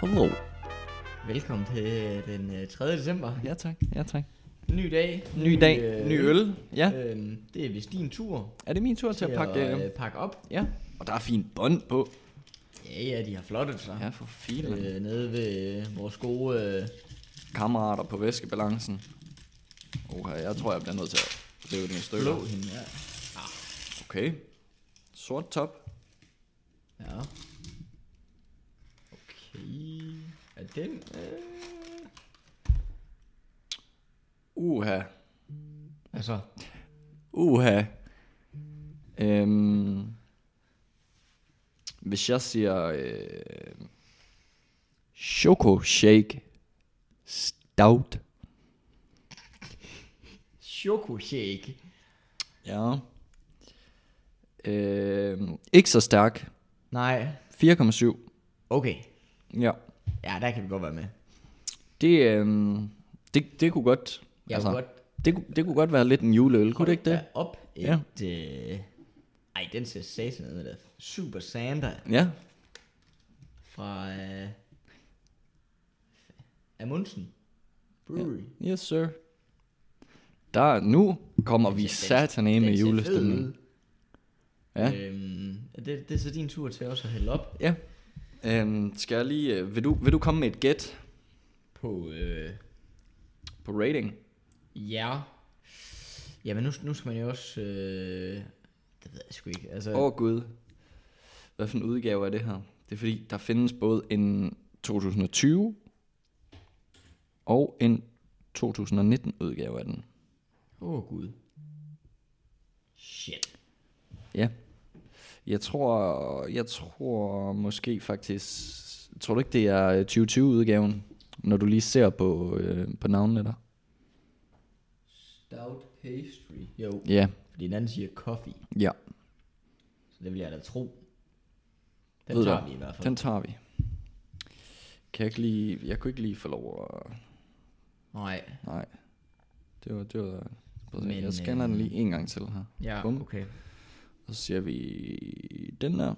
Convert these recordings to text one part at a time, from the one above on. Hello. Velkommen til øh, den øh, 3. december. Ja tak, ja tak. Ny dag. øh, Ny dag, ny øl. Ja, Øhm, det er vist din tur er det min tur til at pakke? at øh, øh, pakke op. Ja, og der er fint bånd på. Ja, ja, de har flottet sig. Ja, for filen. Øh, nede ved øh, vores gode... Øh, Kammerater på væskebalancen. Okay, jeg tror jeg bliver nødt til at rive den i stykker. blå hende, ja. Okay. Sort top. ja. Okay. Er den... Øh... Uha. Altså, Uha. Øhm, hvis jeg siger øh, Choco Shake Stout. chokoshake. Ja. Øh, ikke så stærk. Nej. 4,7. Okay. Ja. Ja, der kan vi godt være med. Det, øh, det, det kunne godt... Jeg altså, kunne godt Det, kunne- det kunne godt være lidt en juleøl, kunne det ikke det? da op et... Ja. Ja. Øh... Ej, den ser satan med der. Super Santa Ja. fra... Øh... Amundsen. Brewery. Ja. Yes, sir. Der, nu kommer vi Den ser- den- satan af med den ser fed julestemning. ud. Ja. Øhm, det, det er så din tur til også at hælde op Ja. Øhm, skal jeg lige... øh, Vil du, vil du komme med et gæt på... Øh, på rating? ja. Jamen nu, nu skal man jo også... Øh, det ved jeg sgu ikke. Altså, Åh oh, gud. Hvad for en udgave er det her? Det er fordi, der findes både en 2020 og en 2019 udgave af den. Åh oh, gud. Shit. Ja. Jeg tror, jeg tror måske faktisk... Tror du ikke, det er 2020-udgaven, når du lige ser på, øh, på navnene der? Stout pastry. Jo, Ja, fordi den anden siger coffee. ja. Så det vil jeg da tro. Den Ved tager du, vi i hvert fald. Den tager vi. Kan jeg, ikke lige, jeg kunne ikke lige få lov at... Nej. Nej. Det var... Det var prøv at se, Men, jeg scanner den øh, lige en gang til her. Ja, Bum. okay. Og så siger vi den der.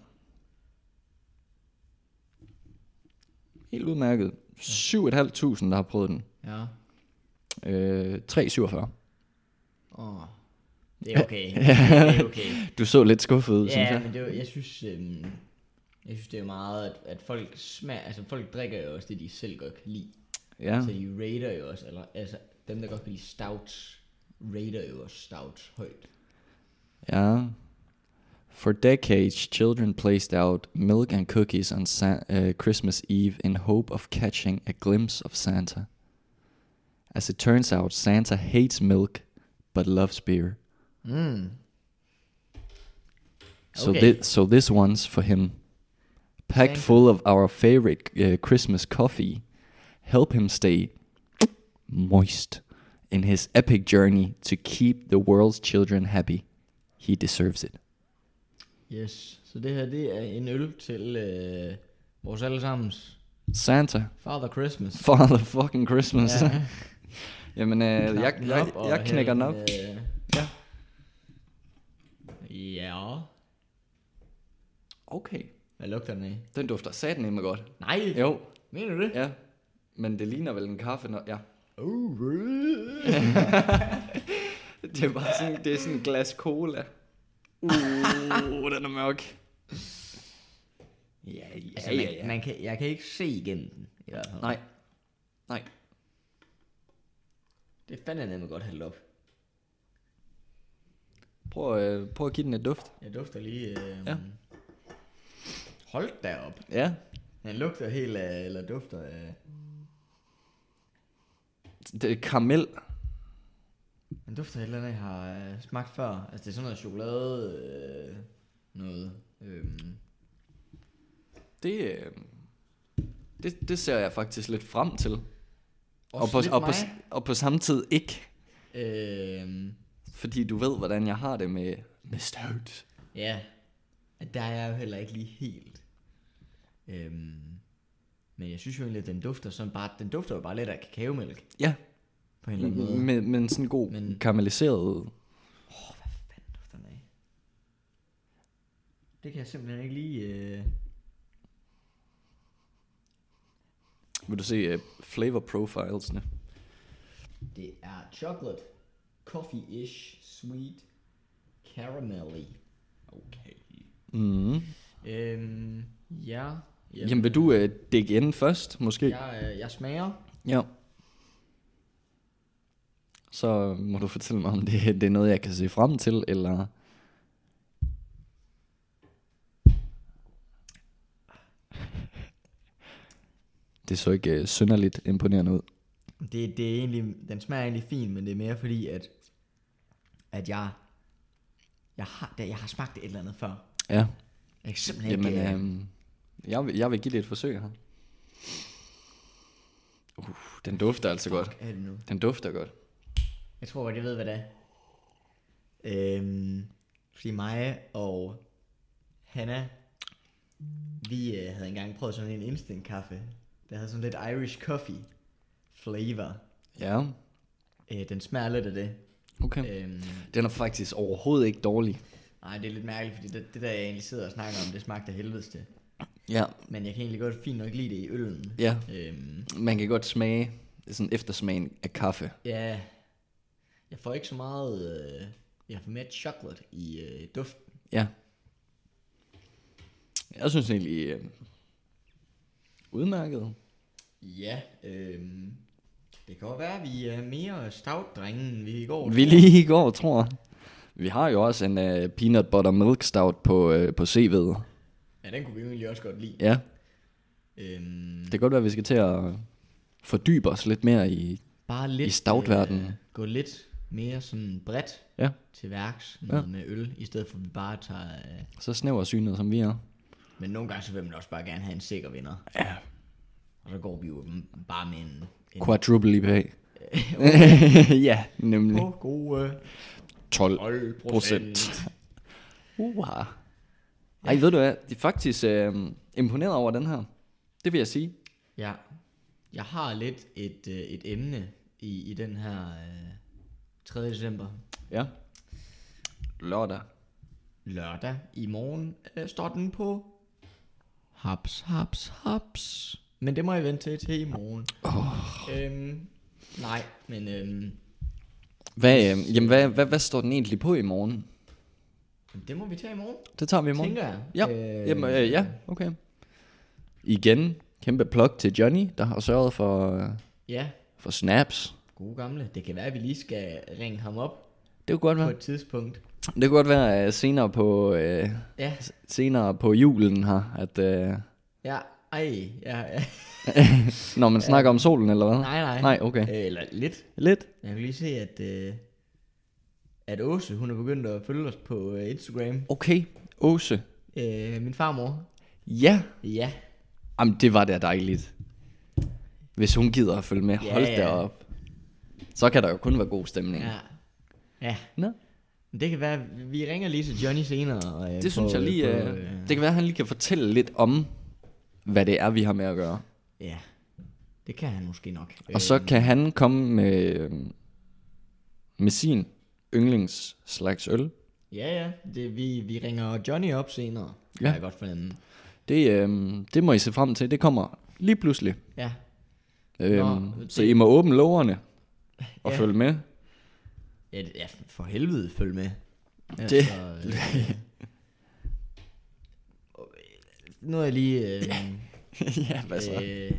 Helt udmærket. 7.500, der har prøvet den. Ja. Øh, 347. Åh. Det er okay. det er okay. Du så lidt skuffet ud, synes Ja, jeg. men det, er jo- jeg synes, øhm, jeg synes det er meget, at, at folk smager, altså folk drikker jo også det, de selv godt kan lide. Ja. Så de rater jo også, eller, altså dem, der godt kan lide stouts, rater jo også stouts højt. ja. For decades, children placed out milk and cookies on Sa- uh, Christmas Eve in hope of catching a glimpse of Santa. As it turns out, Santa hates milk but loves beer. Mm. So, Okay. thi- so this one's for him. Packed Santa. full of our favorite uh, Christmas coffee, help him stay moist in his epic journey to keep the world's children happy. He deserves it. Yes, så det her, det er en øl til øh, vores allesammens Santa, Father Christmas. Father fucking Christmas. Ja. Jamen, øh, Knap jeg, den jeg, op og jeg knækker den op. hæld den, øh, Ja. Ja. Okay. Hvad lugter den af? Den dufter satan nemlig godt. Nej, Jo, mener du det? ja. Men det ligner vel en kaffe, når... Ja. Uh, Det er bare sådan, det er sådan en glas cola. Uh, den er mørk. ja, ja, ja, ja. Altså, Man, man kan, jeg kan ikke se igennem den. I hvert fald. Nej. Nej. Det er fandme nemlig godt hældt op. Prøv, øh, prøv at give den et duft. Jeg dufter lige... Øh, Ja. Hold da op. Ja. Den lugter helt af, eller dufter af... Det er karamel. Den dufter af et eller andet, jeg har øh, smagt før. Altså, det er sådan noget chokolade... Øh, noget... Øh, Det, øh, det, det ser jeg faktisk lidt frem til. også på, lidt og, på, mig. og på samme tid ikke. Øh, Fordi du ved, hvordan jeg har det med, med stout. Ja, der er jeg jo heller ikke lige helt. Øhm, men jeg synes jo egentlig, at den dufter sådan bare, den dufter jo bare lidt af kakaomælk Ja, Mm, på en eller anden måde. men, men sådan en god men... Men- karamelliseret. Hvad fanden dufter den af? Det kan jeg simpelthen ikke lige... Øh... Vil du se uh, flavor profilesne? Det er chocolate, coffee-ish, sweet, caramelly. Okay. Mm. Øhm, ja. Yep. Jamen vil du uh, dække ind først, måske? Jeg, øh, jeg smager. Ja. Så må du fortælle mig, om det, det er noget, jeg kan se frem til, eller... Det så ikke uh, synderligt imponerende ud. Det, det er egentlig, den smager egentlig fint, men det er mere fordi, at, at jeg, jeg, har, jeg har smagt et eller andet før. Ja, Jeg kan simpelthen jamen, ikke... øh, øhm, jeg, vil- jeg vil give det et forsøg her. Uh, den dufter altså godt. er øh, det nu? Den dufter godt. Jeg tror godt, jeg ved, hvad det er. Øhm, fordi mig og Hanna, vi øh, havde engang prøvet sådan en instant kaffe. Der havde sådan lidt Irish coffee flavor. Ja, Øh, den smager lidt af det. okay. Øhm, Den er faktisk overhovedet ikke dårlig. nej, det er lidt mærkeligt, fordi det, det der, jeg egentlig sidder og snakker om, det smagte af helvedes til. Ja, Men jeg kan egentlig godt fint nok lide det i øllen. ja. Øhm, Man kan godt smage sådan eftersmagen af kaffe. ja, jeg får ikke så meget... Øh, jeg får mere chocolate i øh, duften. Ja. Jeg synes egentlig, øh, udmærket. Ja, øhm, det kan godt være, at vi er mere stout-drenge, end vi i går. Vi lige i går, tror jeg. Vi har jo også en øh, peanut butter milk stout på, øh, på CV'et. Ja, den kunne vi jo egentlig også godt lide. Ja, Øhm, det kan godt være, at vi skal til at fordybe os lidt mere i... bare lidt, i stoutverdenen. Øh, gå lidt mere sådan bredt Ja, til værks noget med øl, i stedet for at vi bare tager... Øh, så snæver synet, som vi er. men nogle gange så vil man også bare gerne have en sikker vinder. Ja. Og så går vi jo m- bare med en... en Quadruple IPA. ja, nemlig. på gode øh, 12 12 procent. procent. Uha. Ej, ved du hvad? De er faktisk øh, imponeret over den her. Det vil jeg sige. Ja, jeg har lidt et, øh, et emne i, i den her øh, 3. december. Ja. Lørdag. lørdag i morgen øh, står den på haps, haps, haps. Men det må jeg vente til, til i morgen. Oh. Øhm, nej, men øhm, Hvad, øh, jamen, hvad, hvad, hvad står den egentlig på i morgen? det må vi tage i morgen, Det tager vi i morgen. tænker jeg. Ja, øh, jamen, øh, ja, okay. Igen, kæmpe plug til Johnny, der har sørget for, øh, Ja, for snaps. gode gamle. Det kan være, at vi lige skal ringe ham op Det kunne godt på være. et tidspunkt. Det kunne godt være øh, senere på øh, Ja, senere på julen her, at øh, ja, ej, ja, ja. når man snakker om solen eller hvad. nej, nej. Nej, okay. Øh, Eller lidt. Lidt. Jeg kan lige se, at, øh, at Åse, hun er begyndt at følge os på øh, Instagram. Okay, Åse. Øh, min farmor. Ja, Ja, Jamen, det var da dejligt. Hvis hun gider at følge med, Ja, hold da ja. op. Så kan der jo kun være god stemning. ja. Ja, Nå, Men Det kan være, vi ringer lige til Johnny senere. Og, øh, det synes jeg lige, På, øh, det kan være, at han lige kan fortælle lidt om, hvad det er, vi har med at gøre. ja, det kan han måske nok. Og så kan han komme med, øh, med sin yndlings slags øl. Øh, Ja, ja, det, vi, vi ringer Johnny op senere. Ja. Ja. Kan jeg godt fornemme. Det, øh, det må I se frem til. Det kommer lige pludselig. Ja, Øhm, det- Så I må åbne lågerne og Ja. følge med. ja, det- ja for helvede, følg med. Det- øh, og, øh, nu er jeg lige... Øh, ja, hvad så? Øh,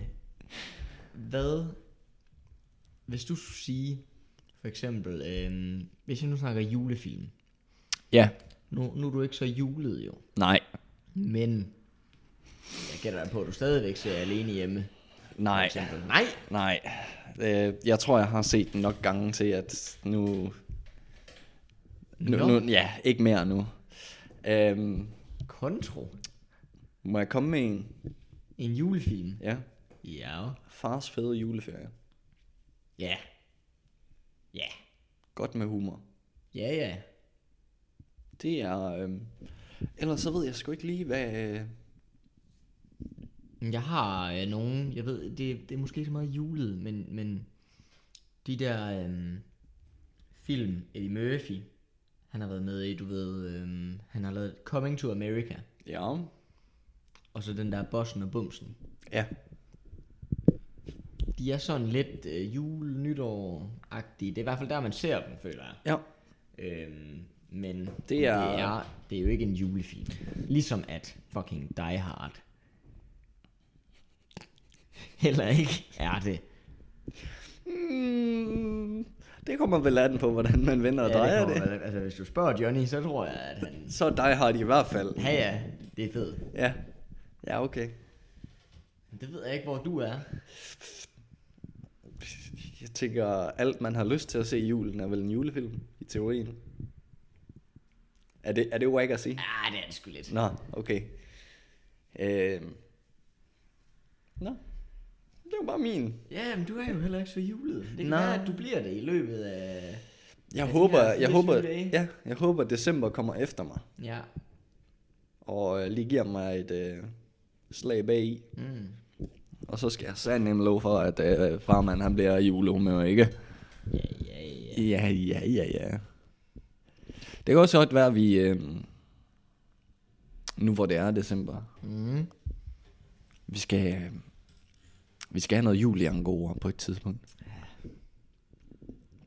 hvad, hvis du skulle sige, for eksempel, øh, hvis jeg nu snakker julefilm. Ja, Nu, nu er du ikke så julet jo. nej, Men jeg gætter dig på, at du stadigvæk ser alene hjemme. For nej. eksempel. Nej. Nej, øh, jeg tror, jeg har set den nok gange til, at nu... Nu, Nå. nu ja, ikke mere nu. Øhm, Kontro. må jeg komme med en? En julefilm. Ja. Ja. Fars fede juleferie. Ja. Ja. Godt med humor. Ja, ja. Det er... Øhm, ellers så ved jeg sgu ikke lige, hvad... Øh, Men Jeg har øh, nogen, jeg ved, det, det er måske ikke så meget julet, men, men de der øh, film, Eddie Murphy, han har været med i, du ved, øh, han har lavet Coming to America, ja. og så den der Bossen og Bumsen. Ja. de er sådan lidt øh, jul nytår agtige Det er i hvert fald der, man ser dem, føler jeg. Ja. Øhm, men Det er- Det, er, det er jo ikke en julefilm. Ligesom at fucking Die Hard. Heller ikke er det. Mm, det kommer vel an på, hvordan man vender og drejer kommer det. vel- Altså, hvis du spørger Johnny, så tror jeg, at han... Så er Die Hard i hvert fald. Ja, ja, det er fedt. Ja. Ja, okay. Men Det ved jeg ikke, hvor du er. Jeg tænker, alt man har lyst til at se i julen er vel en julefilm, i teorien. Er det, er det wack at sige? Ah, det er det sgu lidt. Nå, okay. Øhm. Nå. Det var bare min. Ja, men du er jo heller ikke så julet. Det kan Nej. være, at du bliver det i løbet af... Jeg de håber, her jeg håber, 24 dage. ja, jeg håber, at december kommer efter mig. Ja. Og øh, lige giver mig et øh, slag bag i. Mm. Og så skal jeg sandelig lov for, at øh, farmand han bliver i julehumør, ikke? Ja, ja, ja. Ja, ja, ja, ja. Det kan også godt være, at vi... Øh, nu hvor det er december, Mm. vi skal... Øh, vi skal have noget jul i Angora på et tidspunkt.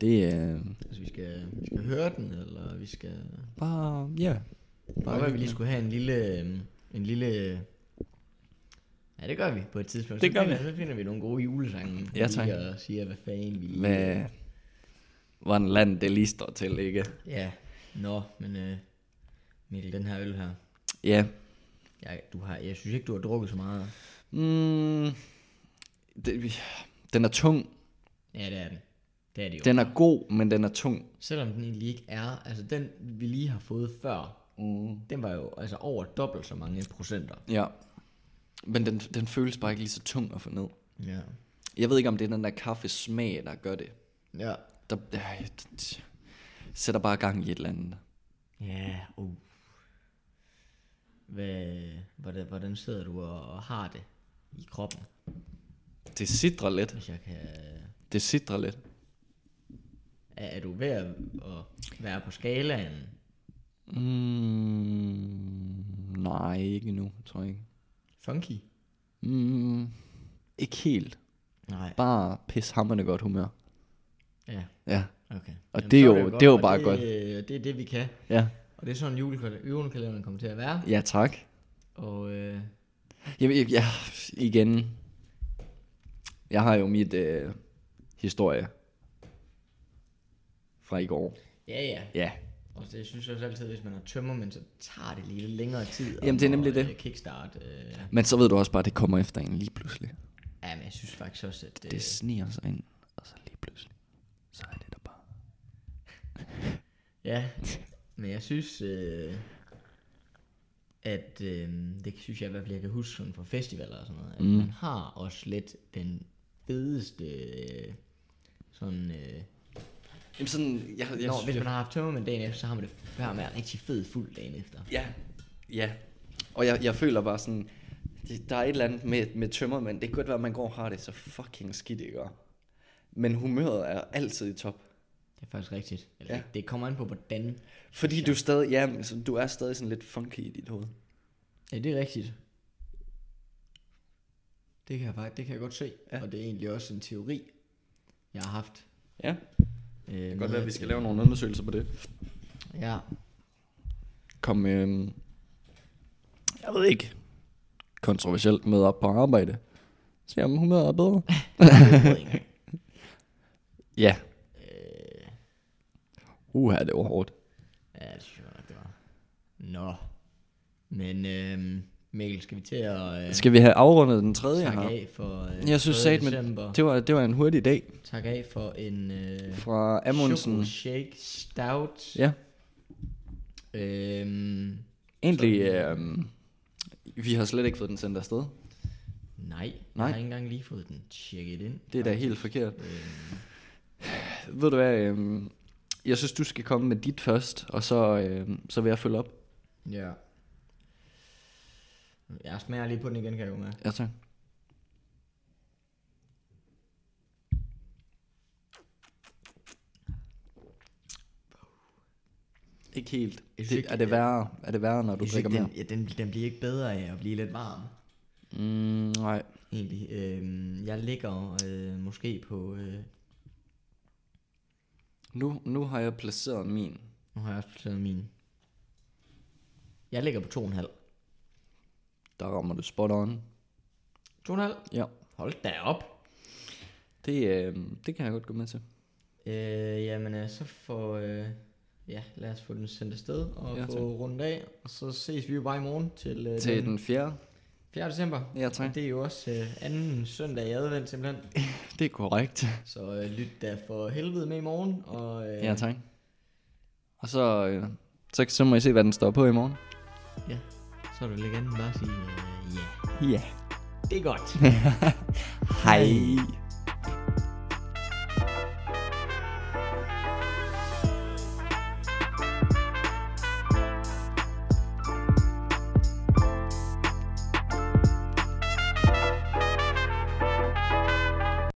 Det er... Øh, Altså, vi skal, vi skal høre den, eller vi skal... bare... Ja. Bare hvad, vi lige skulle have en lille... øhm, En lille... Ja, det gør vi på et tidspunkt. Det Så gør finder- vi. Så finder vi nogle gode julesange. Ja, tak. Og siger, hvad fanden vi lige... Hvad... Hvordan land det lige står til, ikke? Ja. Nå, men øh, Mikkel, den her øl her. Ja. Jeg, du har, jeg synes ikke, du har drukket så meget. Mm, det, den er tung. Ja, det er den. Det er det jo. Den er god, men den er tung. Selvom den egentlig ikke er, altså den vi lige har fået før, Mm. den var jo altså over dobbelt så mange procenter. Ja. Men den, den føles bare ikke lige så tung at få ned. Ja. Jeg ved ikke, om det er den der kaffesmag, der gør det. Ja. Der øh, det- det sætter bare gang i et eller andet. Ja, uh. Hvad, hvordan, hvordan sidder du og, og har det i kroppen, Det sidder lidt. hvis jeg kan... Det sidder lidt. Er, er du ved at, at være på skalaen? Mm, nej, ikke nu, tror jeg ikke. Funky? Mm, ikke helt. Nej. Bare pishammerende godt humør. Ja, Ja. okay. Og det er så jo- det er jo og bare det, godt. øh, Det er det, vi kan. Ja. Og det er sådan, julekalenderen julekalenderen kommer til at være. Ja, tak. Og øh, Jeg, jeg, jeg, igen. Jeg har jo mit øh, historie fra i går. ja, ja, Ja. Og det jeg synes jeg også altid, hvis man har tømmermænd, så tager det lige lidt længere tid. Jamen, det er om nemlig at, det. øh, Kickstart. Øh, Men så ved du også bare, at det kommer efter en lige pludselig. ja, men jeg synes faktisk også, at øh, det, Det det... sniger sig ind, og så lige pludselig, så er det der bare. Ja, men jeg synes, øh, at øh, det synes jeg i hvert fald, jeg kan huske sådan fra festivaler og sådan noget, at mm. man har også lidt den fedeste øh, sådan... Øh, Jamen sådan, jeg, jeg når, Nå, hvis man har haft tømmermænd dagen efter, så har man det har man en rigtig fed fuld dagen efter. ja, ja. Og jeg, jeg føler bare sådan, det, der er et eller andet med, med tømmermænd. Det kan godt være, at man går og har det så fucking skidt, ikke? Men humøret er altid i top. Det er faktisk rigtigt. Eller, Ja. ja. Det kommer an på, hvordan. Fordi du stadig, ja, men så du er stadig sådan lidt funky i dit hoved. Ja, det er rigtigt. Det kan jeg faktisk, det kan jeg godt se. Ja. Og det er egentlig også en teori, jeg har haft. Ja. Øh, det kan Godt være, at vi skal lave nogle undersøgelser på det. Ja, Kom, øhm, jeg ved ikke, kontroversielt med op på arbejde. Se om humøret er bedre. det ved jeg ikke. Ja. øh, Uha, det var hårdt. ja, det synes jeg godt, det var. Nå. Men øh, Mikkel, skal vi til at øh, Skal vi have afrundet den tredje takke her? af for øh, Jeg synes 3. satme, december. det var, det var en hurtig dag Tak af for en øh, fra Amundsen. choco shake stout. Ja, Øhm, egentlig, øhm, vi har slet ikke fået den sendt afsted. nej, Nej. jeg har ikke engang lige fået den tjekket ind. Det er da helt forkert. Øhm, Ved du hvad, øhm, jeg synes, du skal komme med dit først, og så, øhm, så vil jeg følge op. Ja. Jeg smager lige på den igen, kan jeg jo med. Ja, tak. Ikke helt. synes Det, ikke- er det værre? Er det værre, når du drikker mere? den, ja, den, den bliver ikke bedre af at blive lidt varm. Mm, nej. egentlig. Øhm, jeg ligger øh, måske på... Øh, Nu, nu har jeg placeret min. nu har jeg også placeret min. Jeg ligger på 2,5. Der rammer du spot on. 2,5? Ja. Hold da op. Det, øh, det kan jeg godt gå med til. Øh, jamen, øh, så får... Øh, ja, lad os få den sendt afsted og Ja, ja, tak. få rundt af. Og så ses vi jo bare i morgen til, øh, Til den fjerde. 4. december. Ja, tak. Og det er jo også øh, anden søndag i advent simpelthen. Det er korrekt. Så øh, lyt da for helvede med i morgen. Og, øh, Ja, tak. Og så, øh, så, så må I se, hvad den står på i morgen. ja, så er det lidt andet bare at sige, øh, ja, Ja. det er godt. Hej.